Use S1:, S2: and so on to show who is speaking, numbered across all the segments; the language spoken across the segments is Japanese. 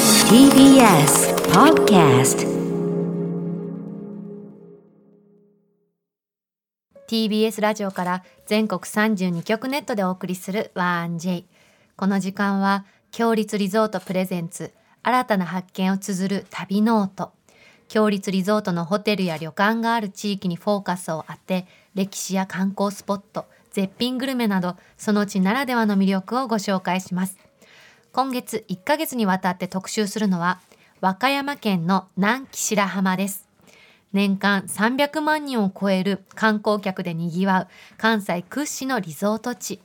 S1: TBS Podcast
S2: TBS ラジオから全国32局ネットでお送りする「ワン j この時間は「強立リゾートプレゼンツ新たな発見」を綴る旅ノート強立リゾートのホテルや旅館がある地域にフォーカスを当て歴史や観光スポット絶品グルメなどその地ならではの魅力をご紹介します今月1ヶ月にわたって特集するのは和歌山県の南紀白浜です年間300万人を超える観光客でにぎわう関西屈指のリゾート地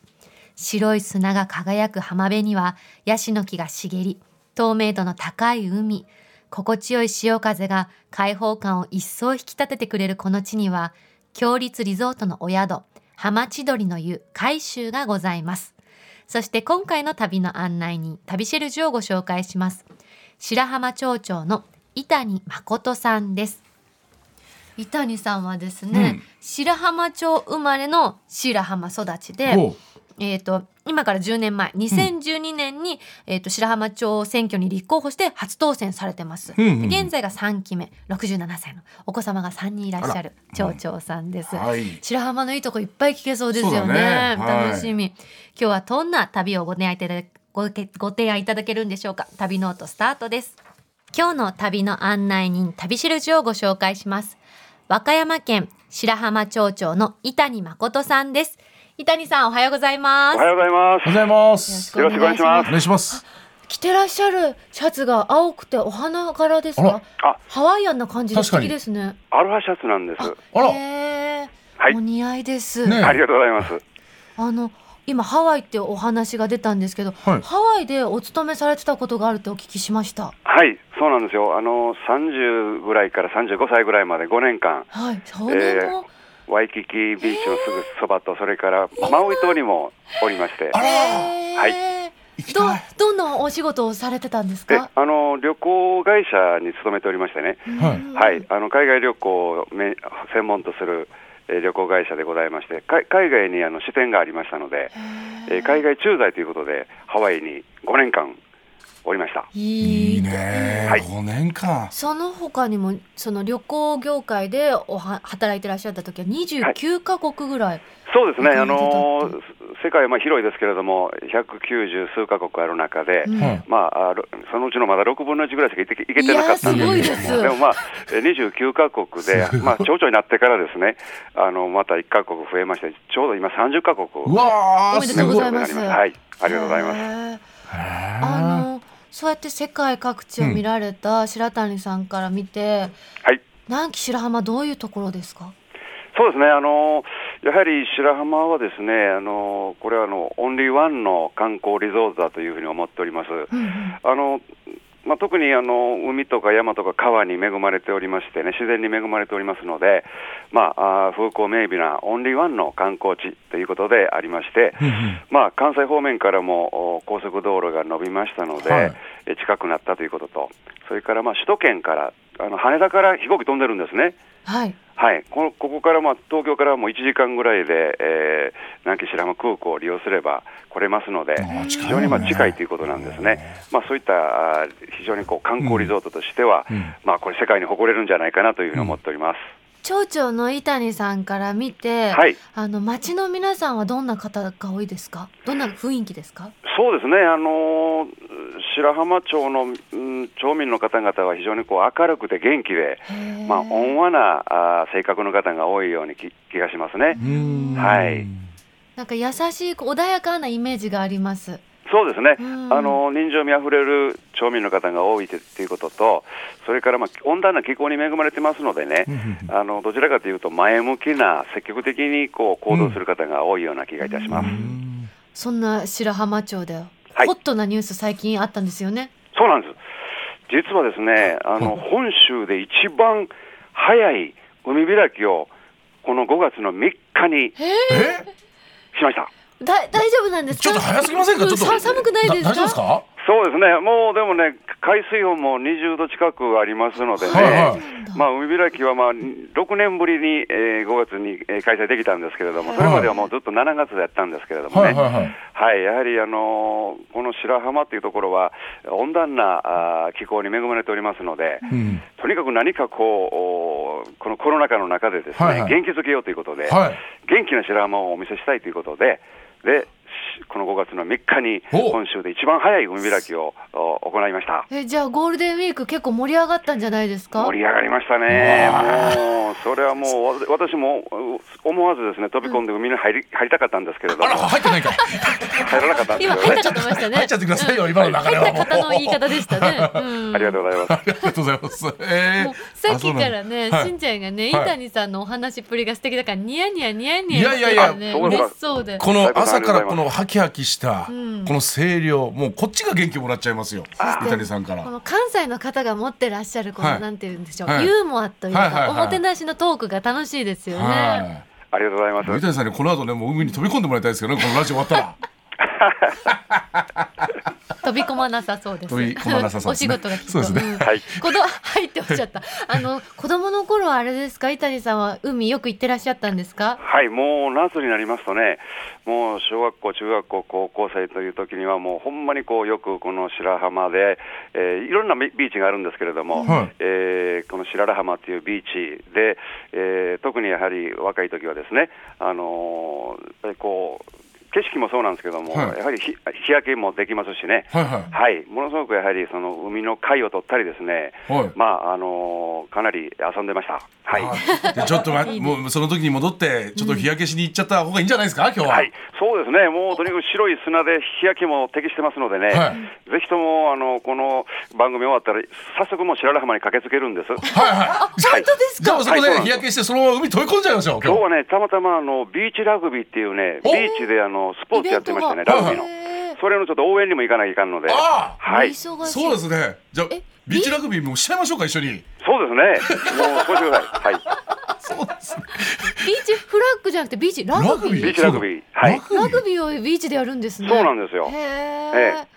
S2: 白い砂が輝く浜辺にはヤシの木が茂り透明度の高い海心地よい潮風が開放感を一層引き立ててくれるこの地には強立リゾートのお宿浜千鳥の湯海舟がございますそして今回の旅の案内人旅シェルジュをご紹介します白浜町長の伊谷誠さんです伊谷さんはですね、
S3: うん
S2: 白浜町生まれの白浜育ちで
S3: ほう
S2: えー、と今から10年前2012年に、えー、と白浜町選挙に立候補して初当選されてます、
S3: うんうんうん
S2: で現在が3期目67歳のお子様が3人いらっしゃる町長さんです、
S3: はい
S2: 白浜のいいとこいっぱい聞けそうですよ
S3: そう
S2: ね
S3: だねはい
S2: 楽しみ、今日はどんな旅をご提案いただごけご提案いただけるんでしょうか旅ノートスタートです今日の旅の案内人旅しるじをご紹介します和歌山県白浜町長の伊谷誠さんです伊谷さんおはようございます
S4: おはようございま
S3: お
S4: す。
S3: はようございます。
S4: よろしくお願いしま
S3: お
S4: す
S3: 願いします。
S2: 着てらっしゃるシャツが青くてお花柄ですか
S4: あらあ
S2: ハワイアンな感じで素
S3: 確か
S2: 敵
S3: に
S2: ですね
S4: アロハシャツなんです。
S3: あら、
S2: へー
S4: はい
S2: お似合いです、
S3: ねえ
S4: ありがとうございます。
S2: あの今ハワイってお話が出たんですけど、
S3: はい
S2: ハワイでお勤めされてたことがあるってお聞きしました
S4: はい、そうなんですよ。あの30ぐらいから35歳ぐらいまで5年間、
S2: はい少年も、
S4: ワイキキビーチのすぐそばとそれからマウイ島にもおりまして、
S3: あら、
S2: えー
S4: はい
S3: 行き
S2: ど
S3: たい。
S2: どんなお仕事をされてたんです
S4: で、
S2: か
S4: あ、の旅行会社に勤めておりましてね、
S3: はい
S2: うん
S4: はい、あの海外旅行をめ専門とするえー旅行会社でございまして、か海外にあの支店がありましたので、えー海外駐在ということでハワイに5年間おりました。
S2: い
S3: い
S2: い
S3: いね
S4: はい。
S3: 五年間。
S2: その他にもその旅行業界でおは働いてらっしゃった時は29カ国ぐらい、
S4: そうですね、
S2: な
S4: あ
S2: んか見て
S4: のー世界はまあ広いですけれども、190数カ国ある中で、
S2: うん
S3: はい。
S4: まあ、あろそのうちのまだ6分の1ぐらいしか行って行けてなかったん
S2: いや
S4: で
S2: ーすごい
S4: す
S2: です
S4: でもまあ、え29カ国で、まあ、町長になってからですね、あのまた1カ国増えまして、ちょうど今、30カ国
S3: うわ
S2: お
S3: あ、
S2: めですとうご
S3: ごい。
S2: ざい
S3: へ
S2: ます
S4: はい、ありがとうございます。
S2: ますあ
S3: ー
S2: のそうやって世界各地を見られた白谷さんから見て、
S4: はい
S2: 南紀白浜どういうところですか
S4: そうですね、あのやはり白浜はですね、あのこれはあのオンリーワンの観光リゾートだというふうに思っております。
S2: うんうん
S4: あのまあ、特にあの海とか山とか川に恵まれておりましてね、自然に恵まれておりますので、まあ、あー風光明媚なオンリーワンの観光地ということでありまして、
S3: うんうん
S4: まあ、関西方面からもお高速道路が伸びましたので、
S3: はい
S4: え近くなったということと、それからまあ首都圏から、あの羽田から飛行機飛んでるんですね。
S2: はい
S4: はい、こここから、まあ、東京からもう1時間ぐらいで、えー南紀白浜空港を利用すれば来れますので、
S3: ー近いね
S4: 非常にまあ近いということなんですね、まあ、そういったあー非常にこう観光リゾートとしては、
S3: うん
S4: まあ、これ、世界に誇れるんじゃないかなというふうに思っております。
S2: 町長の伊谷さんから見て、
S4: はい
S2: あの町の皆さんはどんな方が多いですかどんな雰囲気ですか
S4: そうですね、あのー白浜町の、うん町民の方々は非常にこう明るくて元気で、まあ、温和なあー性格の方が多いようにき気がしますね。
S3: うーん
S4: はい
S2: なんか優しいこう穏やかなイメージがあります
S4: そうですね、
S2: うん
S4: あの人情味あふれる町民の方が多いということと、それから、まあ、温暖な気候に恵まれてますのでね
S3: うんう、ん
S4: あのどちらかというと、前向きな、積極的にこう行動する方が多いような気がいたします。
S3: うんうん
S2: そんな白浜町で
S4: はい
S2: ホットなニュース最近あったんですよね、
S4: そうなんです実はですね、あの本州で一番早い海開きを、この5月の3日に
S3: え、
S4: しました。
S2: だ大丈夫なんですか
S3: ちょっと早すぎませんか。ちょっと
S2: さ寒くないですか
S3: 大丈夫ですか。
S4: そうですね、もうでもね、海水温も20度近くありますのでね、
S3: はいはい
S4: まあ、海開きはまあ6年ぶりに、えー5月にえー開催できたんですけれども、それまではもうずっと7月だったんですけれども
S3: は
S4: ね、
S3: いはいはい。
S4: はい、やはり、あのーこの白浜っていうところは、温暖なあー気候に恵まれておりますので、
S3: うん。
S4: とにかく何かこう、おこのコロナ禍の中でですね、
S3: はいはい
S4: 元気づけようということで、
S3: はい。
S4: 元気な白浜をお見せしたいということで、でしこの5月の3日に、
S3: お
S4: 本州で一番早い海開きをお行いました。
S2: えじゃあゴールデンウィーク結構盛り上がったんじゃないですか
S4: 盛り上がりましたね、もう、それはもう、わ私もう思わずですね飛び込んで海に入り入りたかったんですけれども、
S3: あら
S4: 入
S3: 入ってないかい。
S4: らなかったんです
S2: 今
S4: よ
S2: 入っ
S4: ね。
S2: たかと思いましたね
S3: 入っちゃってくださいよ今の流れ
S2: 入
S3: は
S2: った
S3: もう。
S2: 方の言い方でしたね、うん、
S4: ありがとうございます。
S3: ありがとうございます。えー
S2: もうさっきからね、
S3: あそうなんだはい
S2: しんちゃんがね、
S3: はい
S2: 伊谷さんのお話っぷりが素敵だから、ニヤニヤニヤニヤ
S3: いやいやいや
S2: ね、
S4: あそうだ
S2: 嬉しそうで。
S3: この朝からこのハキハキしたこ
S2: ん
S3: の声量、もうこっちが元気もらっちゃいますよ。伊谷さんから。
S2: こ
S3: は
S2: の関西の方が持ってらっしゃるこの、
S3: はい
S2: なんて言うんでしょう、
S3: はい
S2: ユーモアというか、
S3: はいはいはい
S2: おもてなしのトークが楽しいですよね。
S3: い。
S4: ありがとうございます
S3: 三。谷さんにこの後ねもう海に飛び込んでもらいたいですけどねこのラジオ終わったら
S2: 飛び込まなさそうです。
S3: 飛び込まなさそうですね
S2: お仕事がきっと
S3: そうですね
S2: ん
S4: はい
S2: 子供入っておっしゃった。あの子供の頃はあれですか、伊谷さんは海よく行ってらっしゃったんですか。
S4: はい、もう夏になりますとね、もう小学校、中学校、高校生という時には、もうほんまにこうよくこの白浜で、えーいろんなビビーチがあるんですけれども、
S3: はい
S4: えーこの白良浜というビーチで、えー特にやはり若い時はですね、あのーやっぱりこう景色もそうなんですけども、
S3: はい
S4: やはり日日焼けもできますしね、
S3: はいは
S4: はい、ものすごくやはりその海の貝を取ったりですね、
S3: はい
S4: まああのーかなり遊んでました。はい
S3: い、でちょっと、 ま、もうその時に戻ってちょっと日焼けしに行っちゃった方がいいんじゃないですか今日は、
S4: はい、そうですね、もうとにかく白い砂で日焼けも適してますのでね、
S3: はい
S4: ぜひともあのこの番組終わったら、早速もう白良浜に駆けつけるんです。
S3: はいはい
S4: 本当
S2: です
S3: じゃあそこ
S4: はいそう
S3: で
S4: なんです
S3: 日焼けしてそのまま海飛び込んじゃいましょう今
S4: 今日
S3: 日
S4: はね、たまたまあのビーチラグビーっていうね、ビ
S3: お
S4: ーチであのスポーツやってましたね、
S2: イベン
S4: ラ
S2: ト
S4: グ
S2: が
S4: ビーの
S2: へ。ー
S4: それのちょっと応援にも行かないといかんので、
S3: ああ
S4: はい、そう
S2: お忙しい
S3: そうですねじゃあ
S2: え
S3: ビーチラグビーもしちゃいましょうか一緒に
S4: ですね、もうそうしてください。はい、
S3: そうですね
S2: ビーチフラッグじゃなくてビーチラグビー
S4: ビーチラグビーはい
S3: そうだ
S2: ラ
S3: ラグビ
S2: グビーをビーチでやるんですね。
S4: そうなんですよ
S2: へ
S4: え
S2: え
S4: え。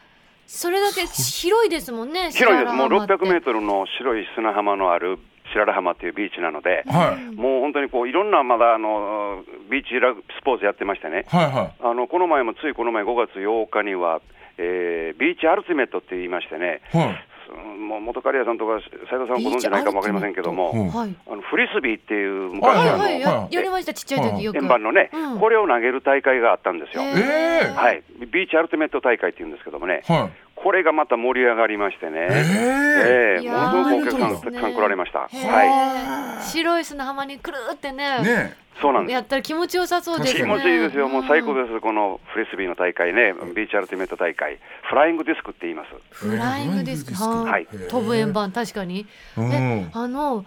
S2: それだけ広いですもんね。
S4: 広いです、もう
S2: 白良浜って
S4: 600メートルの白い砂浜のある白良浜っていうビーチなので、
S3: ーはい
S4: もう本当にこういろんなまだあのビーチラグスポーツやってましてね、
S3: はいは
S4: あのこの前もついこの前5月8日には、えービーチアルティメットって言いましてね、
S3: いはい
S4: そもう元カリアさんとか斉藤さんご存じないかもわかりませんけども、
S3: ビーチアルティ
S2: はい。
S3: メットうん
S4: あのフリスビーっていう昔
S3: は
S2: はいい
S4: のあ
S2: はいや
S3: は
S4: の
S3: い
S2: やりましたちっちゃい時よく。
S4: 円盤のね、
S2: うん
S4: これを投げる大会があったんですよ。
S2: へ
S3: ええ
S4: はい、ビーチアルティメット大会っていうんですけどもね、
S3: はい
S4: これがまた盛り上がりましてね、
S3: え
S4: え
S2: い
S4: え
S2: や
S4: も
S2: ー
S4: のすごくお客さんたくさん来られました、
S2: へえ
S4: はい、
S2: 白い砂浜にくるーってね。
S3: ね
S4: そうなんです
S2: やったら気持ちよさそうですね。
S4: 気持ちいいですよ、もう最高
S2: す。
S4: です、このフリスビーの大会ね、ビーチアルティメット大会、フライングディスクって言います。
S2: フライングです
S3: え
S2: か。
S3: ーフ
S4: ライング
S3: ディスクはい
S2: 飛ぶ円盤確かに。
S3: うん
S2: えあの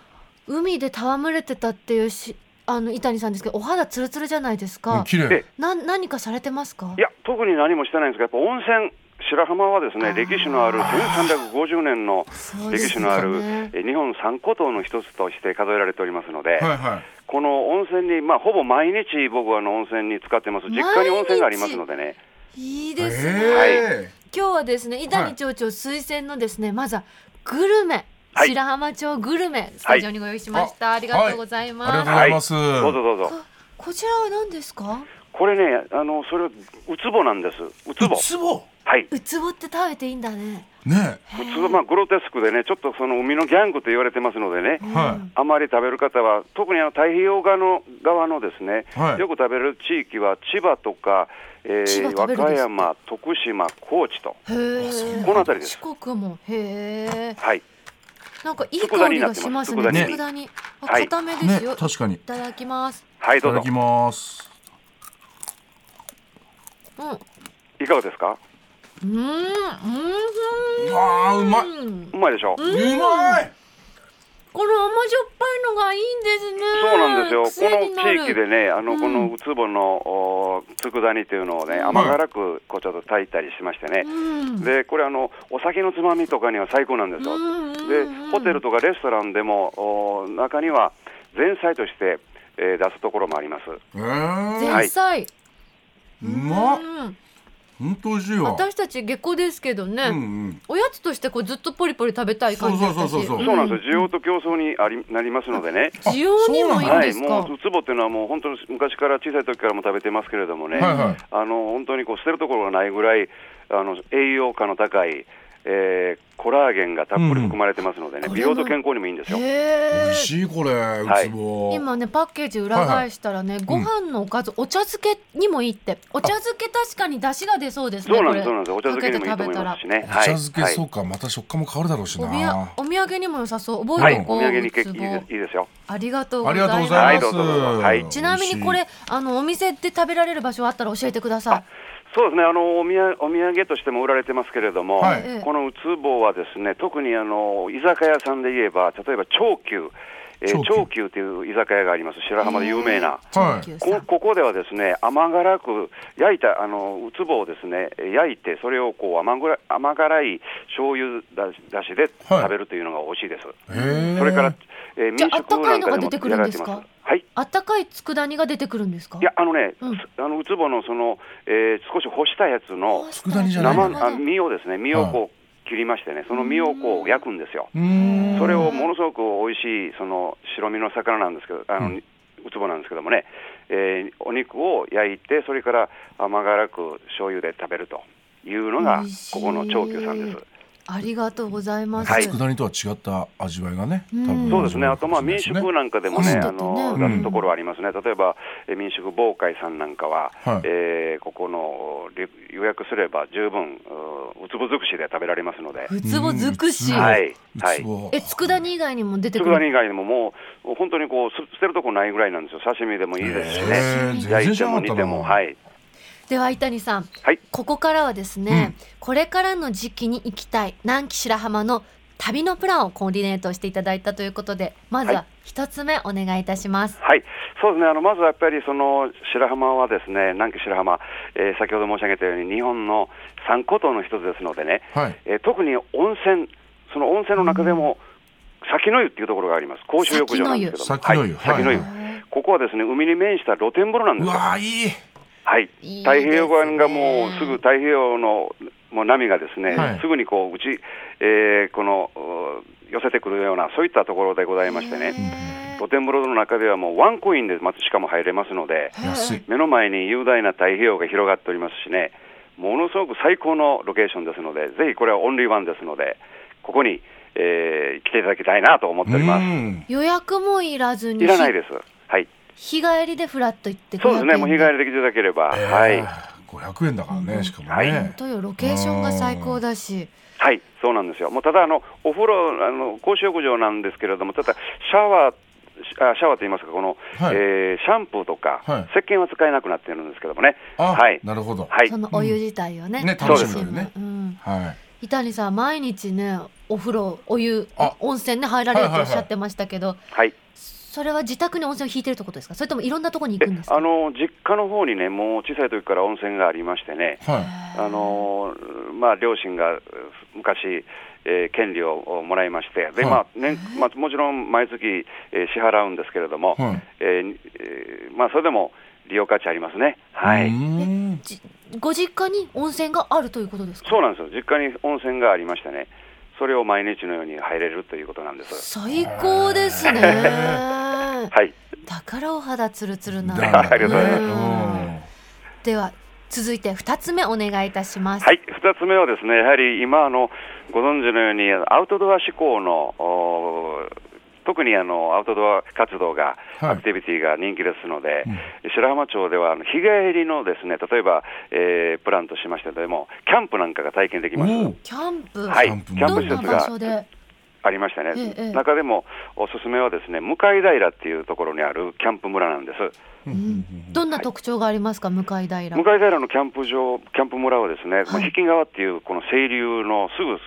S2: 海で戯れてたっていうしあの伊谷さんですけどお肌ツルツルじゃないです
S3: うん
S2: か。
S3: 綺麗
S4: で
S2: な何かされてますか
S4: い。や、特に何もしてないんですが、やっぱ温泉、白浜はですね、
S2: あー
S4: 歴史のある1350年の
S2: そうで
S4: 歴
S2: す
S4: 史のある、
S2: ね
S4: え日本三古島の一つとして数えられておりますので、
S3: はいはい
S4: この温泉に、まあ、ほぼ毎日、僕はあの温泉に使ってます、実家に温泉がありますのでね、
S2: いい
S3: え
S2: ですね。
S3: ー
S2: 今日はですね伊谷町長推薦のですね、まずはグルメ、
S4: はい
S2: 白浜町グルメスタジオにご用意しました、
S3: あ
S2: ありがとうございます、
S3: はいありがとうございます
S4: は
S3: ます
S4: どうぞどうぞ、
S2: ここちらは何ですか
S4: これね、あのそれ、ウツボなんです、ウツボ、
S3: ツボ
S4: はい、
S2: ウツボって食べていいんだね
S3: ね
S4: 普通はまあグロテスクでね、ちょっとその海のギャングと言われてますのでね、
S3: は
S4: あまり食べる方は、特にあの太平洋側の側のですね、
S3: はい
S4: よく食べる地域は千葉とか、えー
S2: 千葉食べるんですか
S4: 和歌山、徳島、高知と、
S2: へえ
S4: この辺りです
S2: 四国もへえ
S4: はい、
S2: なんかいい香りがしますね
S4: 佃
S3: 煮にな
S2: つくだ煮
S3: ってます
S2: あ
S4: はい
S2: 固めで
S3: いね
S2: すよ、
S3: 確かに
S2: いただきます
S4: はい、
S3: いた
S4: どうぞ
S3: だき、ます
S2: うんう
S4: いかがですか、
S2: ーんう
S3: あーうまい
S2: ーん
S4: うまいでしょう、
S3: うまい
S2: この甘じょっぱいのがいいんですね
S4: そうなんですよ、こ
S2: 癖に
S4: の
S2: なる
S4: 地域でね、あの
S2: うん
S4: このウツボのお佃煮というのをね、
S2: うん
S4: 甘辛くこうちょっと炊いたりしましてね、
S2: うん
S4: でこれあの、お酒のつまみとかには最高なんですよ。でホテルとかレストランでもお中には前菜として、えー出すところもあります。
S3: えー
S2: 前菜、
S3: うまっ
S2: うん
S3: 本当美味しいわ
S2: 私たち下校ですけどね、
S3: うんうん
S2: おやつとしてこうずっとポリポリ食べたい感じだったし
S3: そうそうそうそう
S4: そうなんですよ需要と競争にありなりますのでね、
S2: 需要にもいいん
S4: は
S2: で
S4: い、
S2: す
S4: も
S2: か
S4: うツボっていうのは、もう本当に昔から小さい時からも食べてますけれどもね、
S3: はいはい
S4: あの本当にこう捨てるところがないぐらい、あの栄養価の高い、えーコラーゲンがたっぷり含まれてますのでね、
S2: うん
S4: 美容と健康にもいいんですよ。
S2: へ
S3: 美
S2: え
S3: 味しいこれう
S4: はい
S3: つぼ
S2: 今ねパッケージ裏返したらね、ご飯のおかず、お茶漬けにもいいってお茶漬け確かに出汁が出そうですね
S4: そうな
S2: こ
S4: んで
S2: れ
S4: す、そうなんです、お茶漬けにもいいと思いますしね。
S3: お茶漬け
S4: はい
S3: そうかまた食感も変わるだろうし
S2: おみや
S3: な
S2: お土産にも良さそう覚
S4: はい、
S2: え
S4: は
S2: て
S4: い
S2: おこ
S4: お
S2: う、
S4: 土産に
S2: ウ
S4: 結
S2: ツ
S4: 構い
S2: ボ
S4: いですいいですよ。
S2: ありがとうご
S3: あ
S2: ざ
S3: り
S2: い
S3: がと
S2: ま
S3: うご
S2: す
S3: ざい
S4: ありが
S3: ます
S4: とうございますはい
S2: ちなみにこ
S3: 美
S2: れあのお店で食べられる場所あったら教えてくださ
S4: そうですね、あのおみやお土産としても売られてますけれども、
S3: はい
S4: このウツボはですね、特にあの居酒屋さんで言えば、例えば長久、えー、
S3: 長
S4: 長久という居酒屋があります、白
S2: い
S4: 浜で有名な。
S3: はい
S2: 上級さ
S4: こ
S2: ん
S4: ここではですね甘辛く焼いたあのウツボをですね焼いてそれをこう甘ぐら甘辛い醤油だしだしで
S3: はい
S4: 食べるというのが美味しいです。
S3: へえ
S4: それから、えー、
S2: じゃ
S4: 民
S2: あ
S4: 食なんかでもやられ
S2: あったかいのが出てくるんで
S4: て
S2: す
S4: ま
S2: か
S4: す。はい。
S2: あったかい佃煮が出てくるんですか
S4: いやあのね、
S2: うん
S4: あのウツボのその、えー少し干したやつの
S3: 佃煮じゃないの
S4: 生のあ身をですね身をこう切りましてねその身をこう焼くんですよ。
S3: うーん
S4: それをものすごく美味しいその白身の魚なんですけどあの、
S3: う
S4: ウツボなんですけどもね、えーお肉を焼いてそれから甘辛く醤油で食べるというのが
S2: 美味しい
S4: ここの長久さんです。
S2: ありがとうございます、
S4: はい
S3: 佃煮とは違った味わいがね多
S2: うん
S3: 分
S4: そうですね。あとまあ
S3: 味わい
S4: 民
S3: か
S4: 宿
S3: もしれいで
S4: なんかでも
S2: う
S4: ね、
S2: ん
S4: あの
S3: うん
S4: 出すところありますね。例えばえー民宿防海さんなんかは、
S3: はい
S4: えーここのり予約すれば十分ううつぼ尽くしで食べられますので、
S2: ウツボ尽くし、
S3: うん
S4: はいは
S3: すねう
S4: い。
S3: つぼ
S2: え佃煮以外にも出てく
S4: 佃煮
S2: る
S4: 以外にももう本当にこうす捨てるとこないぐらいなんですよ。刺身でもいいですしね。
S3: へー
S4: 焼
S3: 全然
S4: い
S3: 知
S4: て
S3: らな
S4: も
S3: かった
S4: 煮
S3: な
S4: てもはい。
S2: では伊谷さん
S4: はい。
S2: ここからはですね、これからの時期に行きたい南紀白浜の旅のプランをコーディネートしていただいたということでまずは一つ目お願いいたします、
S4: はい、そうですね、あのまずはやっぱりその白浜はですね、南紀白浜、えー先ほど申し上げたように、日本の三古島の一つですのでね、
S3: はい
S4: えー特に温泉、その温泉の中でも、先の湯っていうところがあります、公衆浴場なんですけども、
S3: 先の湯
S4: はい先の湯
S3: は
S4: ここはですね海に面した露天風呂なんで
S3: う
S4: すよ、
S3: わーいい
S4: はい、
S2: いいですね
S4: 太平洋側がもうすぐ太平洋のもう波がですね、
S3: はい
S4: すぐにこう、うち、えーこのう寄せてくるような、そういったところでございましてね、
S2: ね
S4: 露天風呂の中ではもうワンコインでまずしかも入れますので。
S3: 安い
S4: 目の前に雄大な太平洋が広がっておりますしね、ものすごく最高のロケーションですので、ぜひこれはオンリーワンですので、ここに、えー来ていただきたいなと思っております。
S3: ん
S2: 予約もいらずに
S4: いらないです。はい。
S2: 日帰りでフラッと行って
S4: そうですね、もう日帰
S2: り
S4: りできていただければ、
S3: えー
S4: はい。
S3: 500円だからねしかもね、
S4: はい
S2: とよロケーションが最高だし
S4: はい、そうなんですよ。もうただあのお風呂あの公衆浴場なんですけれども、ただシャワーシあシャワーと言いますか、この、
S3: はい
S4: えーシャンプーとか、
S3: はい
S4: 石鹸は使えなくなっているんですけどもね。
S3: あ、
S4: はい。
S3: なるほど
S4: はい
S2: そ。のお湯自体をね,、
S3: うんね
S4: 楽しむ
S3: というね
S2: うん、
S3: はい
S2: 伊谷さん毎日ねお風呂お湯
S3: あ
S2: 温泉ね入られるとおっしゃってましたけど、
S4: はい。
S2: それは自宅に温泉を引いてるってことですかそれともいろんなところに行くんですか
S4: あの実家の方にね、もう小さい時から温泉がありましてね、
S3: は
S4: あのまあ、両親がう昔、えー権利をもらいまして、で
S3: はい
S4: まあ年まあ、もちろん毎月、えー支払うんですけれども、
S3: いはい
S4: えーえーまあ、それでも利用価値ありますね、はいう
S3: ーん
S2: じご実家に温泉があるということですか
S4: そうなんですよ、実家に温泉がありましてね、それを毎日のように入れるということなんです。
S2: 最高です ねだ
S4: はい、
S2: からお肌ツルツルな
S3: だから
S4: ありがとうございます
S2: う
S3: うん
S2: んでは続いて二つ目お願いいたします、
S4: はい、2つ目はですね、やはり今あの、ご存知のように、アウトドア志向の、おー特にあのアウトドア活動が、
S3: はい
S4: アクティビティが人気ですので、
S3: うん
S4: 白浜町ではあの日帰りのですね、例えば、えープランとしましてでも、キャンプなんかが体験できます。
S3: おう
S2: キャンプ、
S4: はい、
S3: キ
S4: キ
S3: ャ
S4: ャ
S3: ンプ
S4: ンプ
S2: ど
S3: も
S4: 施
S2: ん
S4: 設
S2: な場
S4: が
S2: 所で
S4: ありましたね、
S2: ええ
S4: 中でもおすすめはですね向井平っていうところにあるキャンプ村なんです
S2: どんな特徴がありますか向井平
S4: 向井平のキャンプ場キャンプ村はですね、まあ、引川っていうこの清流のすぐ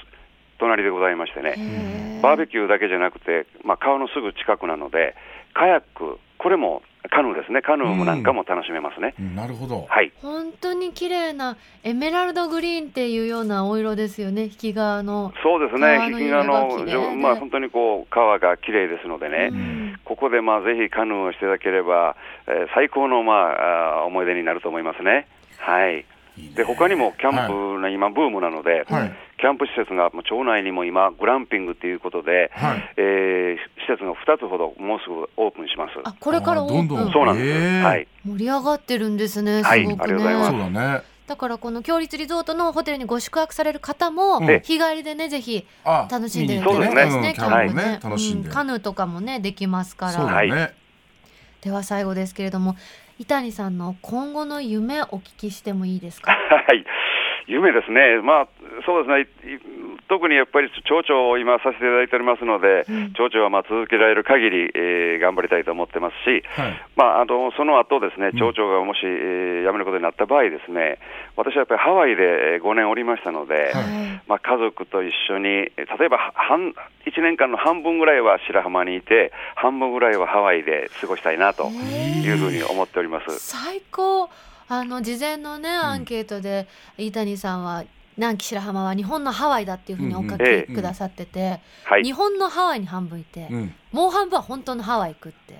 S4: 隣でございましてね、
S2: へー
S4: バーベキューだけじゃなくて、まあ、川のすぐ近くなのでカヤックこれもカヌーですねカヌーもなんかも楽しめますね、
S3: うんなるほど
S4: はい
S2: 本当に綺麗なエメラルドグリーンっていうようなお色ですよね引き側の。
S4: そうです
S2: 川
S4: ね
S2: の
S4: 引川
S2: 色が綺麗
S4: の
S2: で
S4: じょまあ本当にこう川が綺麗ですのでね、
S2: うん
S4: ここでまあぜひカヌーをしていただければ、えー最高のまああー思い出になると思いますね。はい。
S3: いいね
S4: で他にもキャンプの今、ブームなので、
S3: はい
S4: キャンプ施設がもう町内にも今、グランピングということで、
S3: はい
S4: えー施設が2つほどもうすぐオープンします。
S2: あこれからオープン
S3: あどんどん
S4: そうなんです、
S3: へー
S4: はい、
S2: 盛り上がってるんですねす
S4: はい
S2: ご
S4: あ
S2: く
S4: りが
S2: ね、
S4: とうございます
S3: そうだね
S2: だからこの強立リゾートのホテルにご宿泊される方も
S3: ええ
S2: 日帰りでねぜひ
S3: あ
S2: 楽しんでいた
S4: そう
S2: だ
S4: で
S2: き
S4: す
S2: た
S4: ね
S2: いですねキャン
S3: うんキャンプ
S2: プ
S3: ね
S2: ね
S3: 楽しんで
S2: うんカヌーとかもねできますか
S3: そう
S2: ら
S3: だね、
S2: では最後ですけれども伊谷さんの今後の夢お聞きしてもいいですか
S4: はい、夢ですね、まあ、そうですね、いい特にやっぱり町長を今させていただいておりますので、
S2: うん
S4: 町長はまあ続けられる限り、えー頑張りたいと思ってますし、
S3: はい
S4: まあ、あのその後ですね、町長がもし、えー辞めることになった場合ですね、私はやっぱりハワイで5年おりましたので、
S3: はい
S4: まあ、家族と一緒に、例えば半1年間の半分ぐらいは白浜にいて、半分ぐらいはハワイで過ごしたいなと
S2: え
S4: いうふうに思っております。
S2: 最高あの事前のねアンケートで伊谷さんは南紀白浜は日本のハワイだっていうふうにお書
S4: うんえ
S2: き
S3: え
S2: くださってて、
S4: はい
S2: 日本のハワイに半分いて、
S3: うん
S2: もう半分は本当のハワイ行くって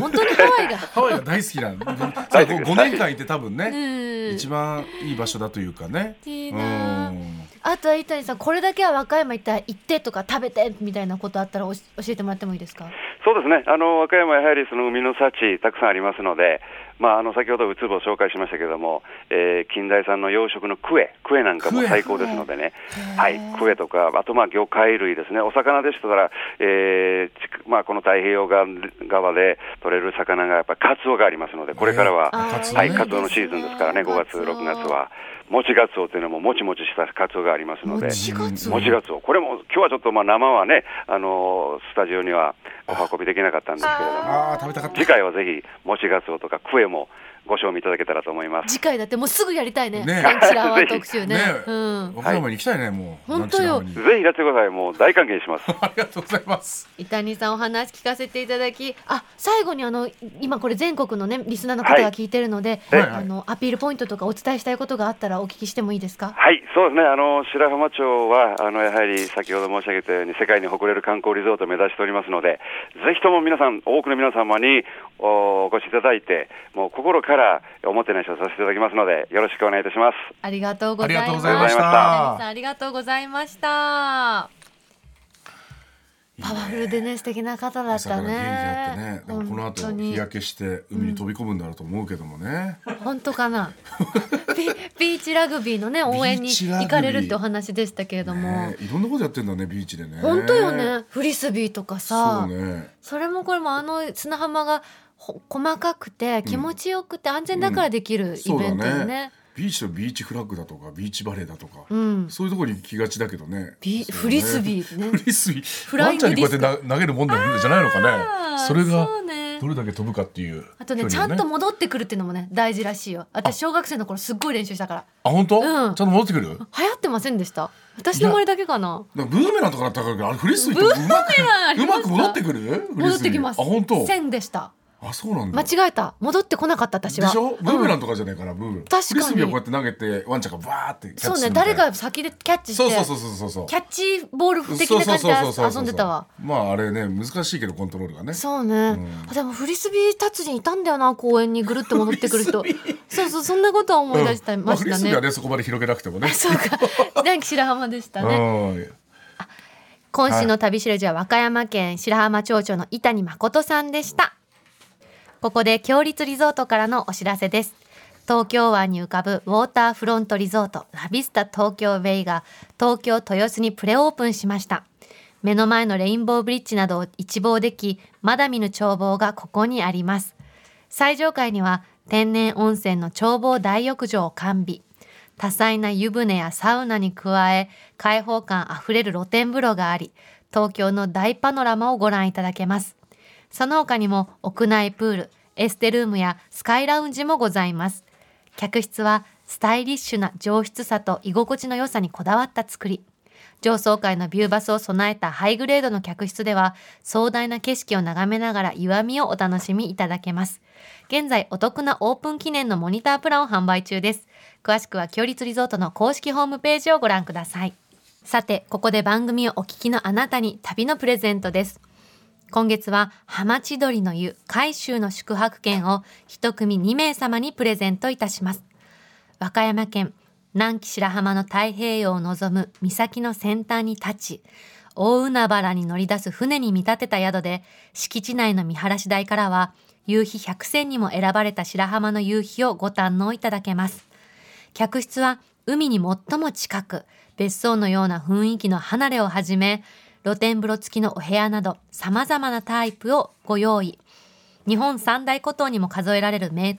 S2: 本当にハワイ が
S3: ハワイが大好きなんで
S4: 大好きです
S3: 5年間いて多分ね、
S2: うん
S3: 一番いい場所だというかね
S2: いいうなあ
S3: ん
S2: あとは伊谷さんこれだけは和歌山行ったら行ってとか食べてみたいなことあったらおし教えてもらってもいいですか
S4: そうですね、あの和歌山はやはりその海の幸、たくさんありますので、まあ、あの先ほどウツボを紹介しましたけども、えー近代産の養殖のクエ、クエなんかも
S3: クエ
S4: 最高ですのでね、
S2: へー
S4: はい、クエとか、あとまあ魚介類ですね、お魚でしたら、えーちくまあ、この太平洋側で取れる魚がやっぱりカツオがありますので、これからは、
S2: あー
S3: カツオね
S4: はい、カツオのシーズンですからね、
S2: いいで
S4: 5月、
S2: すね
S4: 6月は。もちガツオというのももちもちしたカツオがありますので
S2: も、ちガツオ
S4: もちガツオ、これも今日はちょっとまあ生はね、あのースタジオにはお運びできなかったんですけれども、
S3: あー食べたかった
S4: 次回はぜひ、もちガツオとかクエもご賞味いただけたらと思います。
S2: 次回だってもうすぐやりたいね
S3: ね
S2: 南紀白浜特集ね
S3: ね
S2: うん
S3: 和歌山に行きたいねもう
S2: 本当よ
S3: 南知
S4: ぜ
S3: 多に
S4: ひやってください、もう大歓迎します。
S3: ありがとうございます
S2: 伊谷さんお話聞かせていただきあ最後にあの今これ全国のねリスナーの方が聞いてるので、
S3: はい
S2: あのアピールポイントとかお伝えしたいことがあったらお聞きしてもいいですか
S4: はい、そうですね。あの白浜町はあのやはり先ほど申し上げたように世界に誇れる観光リゾートを目指しておりますので、ぜひとも皆さん多くの皆様におお越しいただいて、もう心からおもてなしをさせていただきますので、よろしくお願いいたします。
S2: ありがとうござい
S3: ありがとう
S2: ま
S3: ご
S2: し
S3: ざい
S2: た
S3: ました
S2: 伊谷さんありがとうございましたパワフルでね素敵な方だっ
S3: 朝か
S2: た
S3: ら元気あって
S2: ね
S3: ねだからこの後
S2: 本当に
S3: 日焼けして海に飛び込むんだろうと思うけどもね、
S2: 本当か なビビーチラグビーのね応援に
S3: ビーチラグビ
S2: 行
S3: ー
S2: かれるってお話でしたけれども、
S3: ねいろんなことやってんだねビーチでね
S2: 本当よねフリスビーとか
S3: そ
S2: さ
S3: うね
S2: それもこれもあの砂浜がほ細かくて気持ちよくて安全だからできるイ
S3: そう
S2: ベ
S3: だ
S2: ントよ
S3: ね
S2: ね。
S3: ビーチとビーチフラッグだとかビーチバレーだとか、
S2: うん
S3: そういうところに行きがちだけどね
S2: ビ
S3: そうね
S2: フリスビーね
S3: フリスビー
S2: フライング
S3: ワンちゃんにこうやってな投げるもんなんじゃないのか
S2: あ
S3: ね
S2: ー
S3: それが
S2: そうね
S3: どれだけ飛ぶかっていう
S2: あとねち
S3: 距
S2: ゃ
S3: 離を
S2: んと戻ってくるっていうのもね大事らしいよ私小学生の頃すっごい練習したから
S3: あ本当、
S2: うん
S3: ちゃんと戻ってくる
S2: 流行ってませんでした私の周りだけかな
S3: なんかブーメランとかだったからあれフリスビーってう
S2: ブー
S3: ま
S2: メランあ
S3: く
S2: り
S3: う
S2: ま
S3: ます
S2: か
S3: く戻ってくるフリ
S2: 戻っ
S3: スビー
S2: てきます
S3: あ本当
S2: 線でした
S3: あそうなんだ
S2: 間違えた戻ってこなかった私
S3: で
S2: は
S3: しょブーメラ
S2: う
S3: ン
S2: ん
S3: とかじゃないかな、ブーメラン
S2: 確かに
S3: フリスビーをこうやって投げてワンちゃんがバーってキャッチする
S2: そうね
S3: みたい
S2: 誰
S3: な
S2: か先でキャッチ
S3: そう
S2: し
S3: そうそう
S2: て
S3: そうそう
S2: キャッチボール的な感じで遊んでたわ
S3: まああれね難しいけどコントロールがね
S2: そうね、あでもフリスビー達人いたんだよな公園にぐるっと戻ってくる人
S3: フリスビー
S2: そうそうそんなことは思い出し
S3: う
S2: て
S3: んま
S2: ま
S3: あ
S2: し
S3: フリ
S2: た
S3: スビーは
S2: ね,、
S3: ねそこまで広げなくてもね
S2: そうか南紀白浜でしたね、
S3: うん
S2: 今週の旅しれじは和歌山県白浜町長の伊谷誠さんでしたここで強立リゾートからのお知らせです東京湾に浮かぶウォーターフロントリゾートラビスタ東京ベイが東京豊洲にプレオープンしました目の前のレインボーブリッジなどを一望できまだ見ぬ眺望がここにあります最上階には天然温泉の眺望大浴場を完備多彩な湯船やサウナに加え開放感あふれる露天風呂があり東京の大パノラマをご覧いただけますその他にも屋内プールエステルームやスカイラウンジもございます客室はスタイリッシュな上質さと居心地の良さにこだわった作り上層階のビューバスを備えたハイグレードの客室では壮大な景色を眺めながら岩見をお楽しみいただけます現在お得なオープン記念のモニタープランを販売中です詳しくは強立リゾートの公式ホームページをご覧くださいさてここで番組をお聞きのあなたに旅のプレゼントです今月は浜千鳥の湯海州の宿泊券を一組2名様にプレゼントいたします和歌山県南紀白浜の太平洋を望む岬の先端に立ち、大海原に乗り出す船に見立てた宿で、敷地内の見晴らし台からは、夕日100選にも選ばれた白浜の夕日をご堪能いただけます。客室は海に最も近く、別荘のような雰囲気の離れをはじめ、露天風呂付きのお部屋など様々なタイプをご用意。日本三大古島にも数えられる名湯、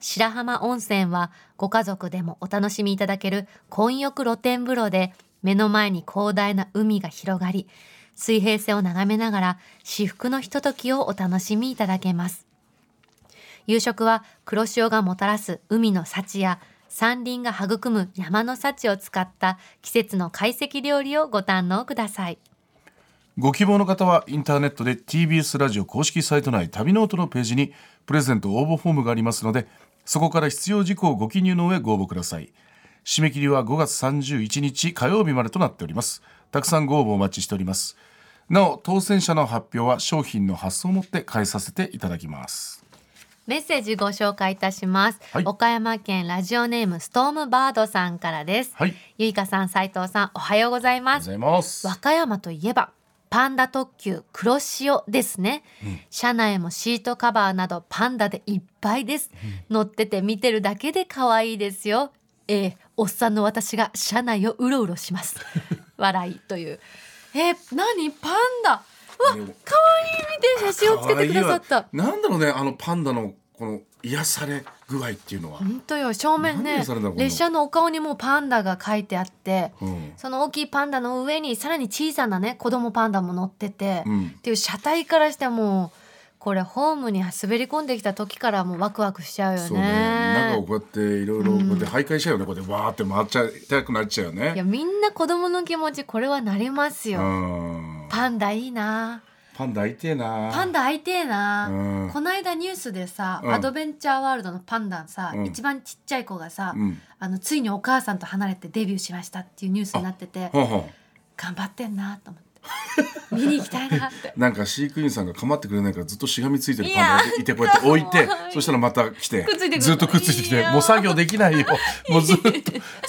S2: 白浜温泉は、ご家族でもお楽しみいただける混浴露天風呂で、目の前に広大な海が広がり、水平線を眺めながら、至福のひとときをお楽しみいただけます。夕食は黒潮がもたらす海の幸や山林が育む山の幸を使った季節の懐石料理をご堪能ください。
S3: ご希望の方はインターネットで TBS ラジオ公式サイト内旅ノートのページにプレゼント応募フォームがありますのでそこから必要事項をご記入の上ご応募ください締め切りは5月31日火曜日までとなっておりますたくさんご応募お待ちしておりますなお当選者の発表は商品の発送をもって返させていただきます
S2: メッセージご紹介いたします、
S3: はい
S2: 岡山県ラジオネームストームバードさんからです。
S3: はい
S2: ゆいかさん、斉藤さん、おはようござい
S3: あ
S2: ま
S3: り
S2: す
S3: がと。うございます
S2: 和歌山といえばパンダ特急黒潮ですね、車内もシートカバーなどパンダでいっぱいです、乗ってて見てるだけで可愛いですよええおっさんの私が車内をうろうろします 笑いというえー、何パンダうわ可愛い見て写真をつけてくださった
S3: 可愛いわなんだろうねあのパンダのこの癒され具合っていうのは、
S2: 本当よ正面
S3: 何
S2: ね
S3: をされたのこの
S2: 列車のお顔にもうパンダが書いてあって、
S3: うん
S2: その大きいパンダの上にさらに小さなね子供パンダも乗ってて、
S3: うん
S2: っていう車体からしてもうこれホームに滑り込んできた時からもうワクワクしちゃうよ
S3: そうね中を
S2: ね。
S3: こうやっていろいろこうやって徘徊しちゃうよね、こうやってわーって回っちゃいたくなっちゃう
S2: い
S3: よ
S2: や
S3: ね
S2: みんな子供の気持ちこれはなります
S3: う
S2: よ。
S3: ん
S2: パンダいいな。
S3: パンダいてえな
S2: パンダ会いてえ
S3: う。
S2: なんこないだニュースでさ、
S3: うん
S2: アドベンチャーワールドのパンダさ、
S3: うん
S2: 一番ちっちゃい子がさ、
S3: うん
S2: あのついにお母さんと離れてデビューしましたっていうニュースになってて、
S3: ほんほん
S2: 頑張ってんなと思って。見に行きたいな って。
S3: なんか飼育員さんが構ってくれないからずっとしがみついてる
S2: いや
S3: パンダがいてこうやって置いて
S2: かわいい
S3: そしたらまた来て
S2: くっついてくる
S3: ずっとくっついてき
S2: い
S3: て
S2: や
S3: もう作業できな いよもうずっと好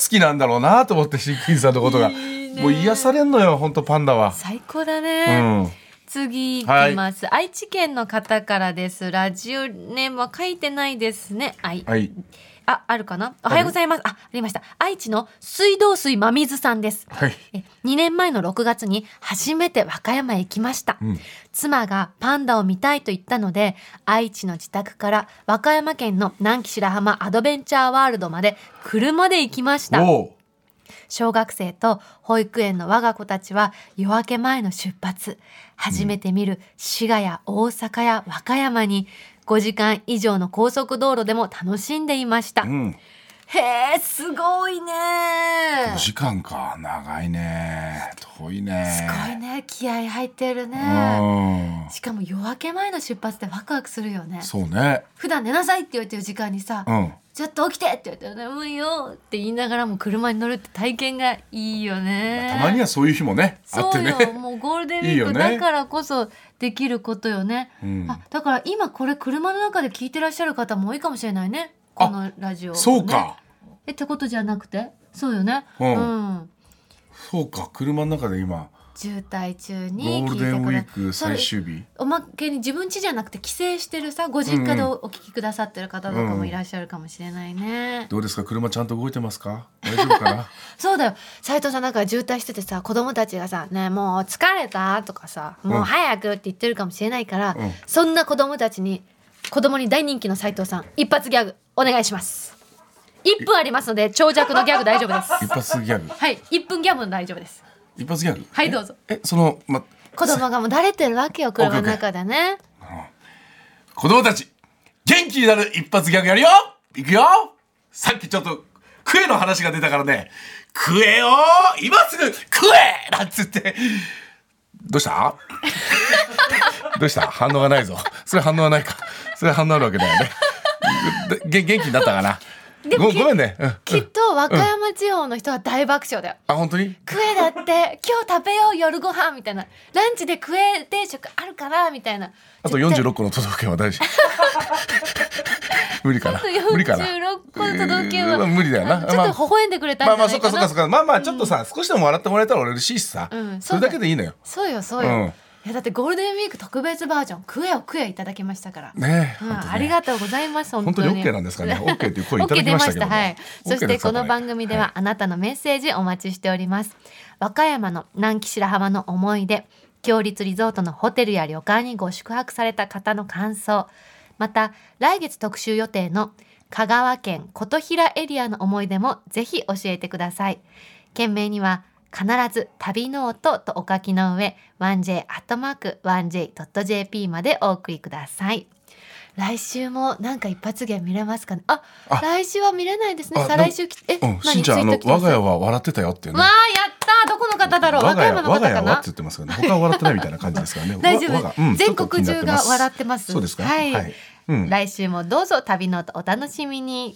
S3: きなんだろうなと思って飼育員さんのことが
S2: いいね
S3: もう癒されんのよ本当パンダは、
S2: 最高だ
S3: う
S2: ね。
S3: ん、
S2: 次いきます、愛知県の方からですラジオネームは書いてないですねはい、
S3: はい
S2: ああるかなおはようございますあありました愛知の水道水真水さんです
S3: はい
S2: え2年前の6月に初めて和歌山へ行きました、
S3: ん
S2: 妻がパンダを見たいと言ったので愛知の自宅から和歌山県の南紀白浜アドベンチャーワールドまで車で行きました
S3: おう
S2: 小学生と保育園の我が子たちは夜明け前の出発初めて見る滋賀や大阪や和歌山に5時間以上の高速道路でも楽しんでいました、
S3: うん
S2: へえすごいね
S3: 5時間か長いね遠いね
S2: すごいね気合入ってるね
S3: ね
S2: しかも夜明け前の出発ってワクワクするよね
S3: そうね
S2: 普段寝なさいって言われてる時間にさ、
S3: うん
S2: ちょっと起きてって言われて眠いよって言いながらも車に乗るって体験がいいよね
S3: たまにはそういう日もねあっ
S2: そ
S3: て
S2: う
S3: ね
S2: よ、もうゴールデンウィ
S3: いい
S2: ー
S3: よ
S2: ク
S3: ね
S2: だからこそできることよね。
S3: うん
S2: あ、だから今これ車の中で聞いてらっしゃる方も多いかもしれないね。このラジオ、ね。
S3: そうか。
S2: え、ってことじゃなくて、そうよね。う。
S3: うんそうか車の中で今
S2: 渋滞中
S3: ゴ
S2: に聞
S3: ー
S2: い
S3: ル
S2: て
S3: デンウ
S2: く
S3: ィ
S2: れ
S3: ーク最終日
S2: おまけに自分家じゃなくて帰省してるさご実家でおお聞きくださってる方とかもいらっしゃるかもしれないね、
S3: どうですか車ちゃんと動いてますか大丈夫か な
S2: そうだよ斉藤さんなんか渋滞しててさ子供たちがさ「ねえもう疲れた?」とかさ「もう早く」って言ってるかもしれないから、
S3: うん
S2: そんな子供たちに子供に大人気の斉藤さん一発ギャグお願いします1分ありますので長尺のギャグ大丈夫です
S3: 一発ギャグ
S2: はい1分ギャグも大丈夫です
S3: 一発ギャグ
S2: はいどうぞ
S3: えそのま
S2: 子供がもうだれてるわけよ車の中でね
S3: 子供たち元気になる一発ギャグやるよいくよさっきちょっとクエの話が出たからねクエを今すぐクエなんつってどうした どうした反応がないぞそれ反応はないかそれ反応あるわけだよねでげ元気になったかな
S2: で
S3: ご
S2: き
S3: ごめんね、うん
S2: きっと和歌山地方の人は大爆笑だよ。
S3: あ本当に
S2: クエだって今日食べよう夜ご飯みたいなランチでクエ定食あるからみたいな
S3: あと46個の都道府県は 大丈夫無理か
S2: あ
S3: な
S2: と
S3: 無理かな
S2: 46個の都道府県
S3: うーまあ
S2: は
S3: 無理だよな
S2: あのちょっと微笑んでくれたんじ
S3: まあ
S2: ゃ
S3: まあ
S2: な
S3: そ
S2: い
S3: っか
S2: か
S3: そっかそっ
S2: な
S3: かまあまあちょっとさ、少しでも笑ってもらえたら俺嬉しいしさ、
S2: うん
S3: それだけでいいのよ
S2: そうよそう
S3: う
S2: よ
S3: ん
S2: いやだってゴールデンウィーク特別バージョンクエをクエいただきましたから
S3: ねえ、
S2: うん
S3: 本当ね
S2: ありがとうございます本
S3: 本
S2: 当
S3: 当
S2: に
S3: に OK なんですかね OK っていう声いただきましたけど
S2: OK 出
S3: も
S2: はい、そし
S3: OK で
S2: て
S3: すか
S2: こ
S3: ね
S2: の番組ではあなたのメッセージお待ちしております、和歌山の南紀白浜の思い出強立リゾートのホテルや旅館にご宿泊された方の感想また来月特集予定の香川県琴平エリアの思い出もぜひ教えてください件名には必ず旅ノートとお書きの上 1j.1j.jp までお送りください来週もなんか一発芸見れますかねあ
S3: あ
S2: 来週は見れないですね
S3: あ
S2: 再来週きえ、
S3: うん、しんちゃんあの
S2: ツイート来てま
S3: 我
S2: す
S3: が家は笑ってたよっていうね
S2: わあやったーどこの方だろう和歌山の方
S3: 我が家
S2: か
S3: 我が家は
S2: な
S3: って言ってますけど、ね、他は笑ってないみたいな感じですからね
S2: 大丈夫
S3: わ我がうん
S2: 全国中が笑ってます
S3: ちょっと気になってそうですか
S2: はい
S3: うん、
S2: 来週もどうぞ旅ノートお楽しみに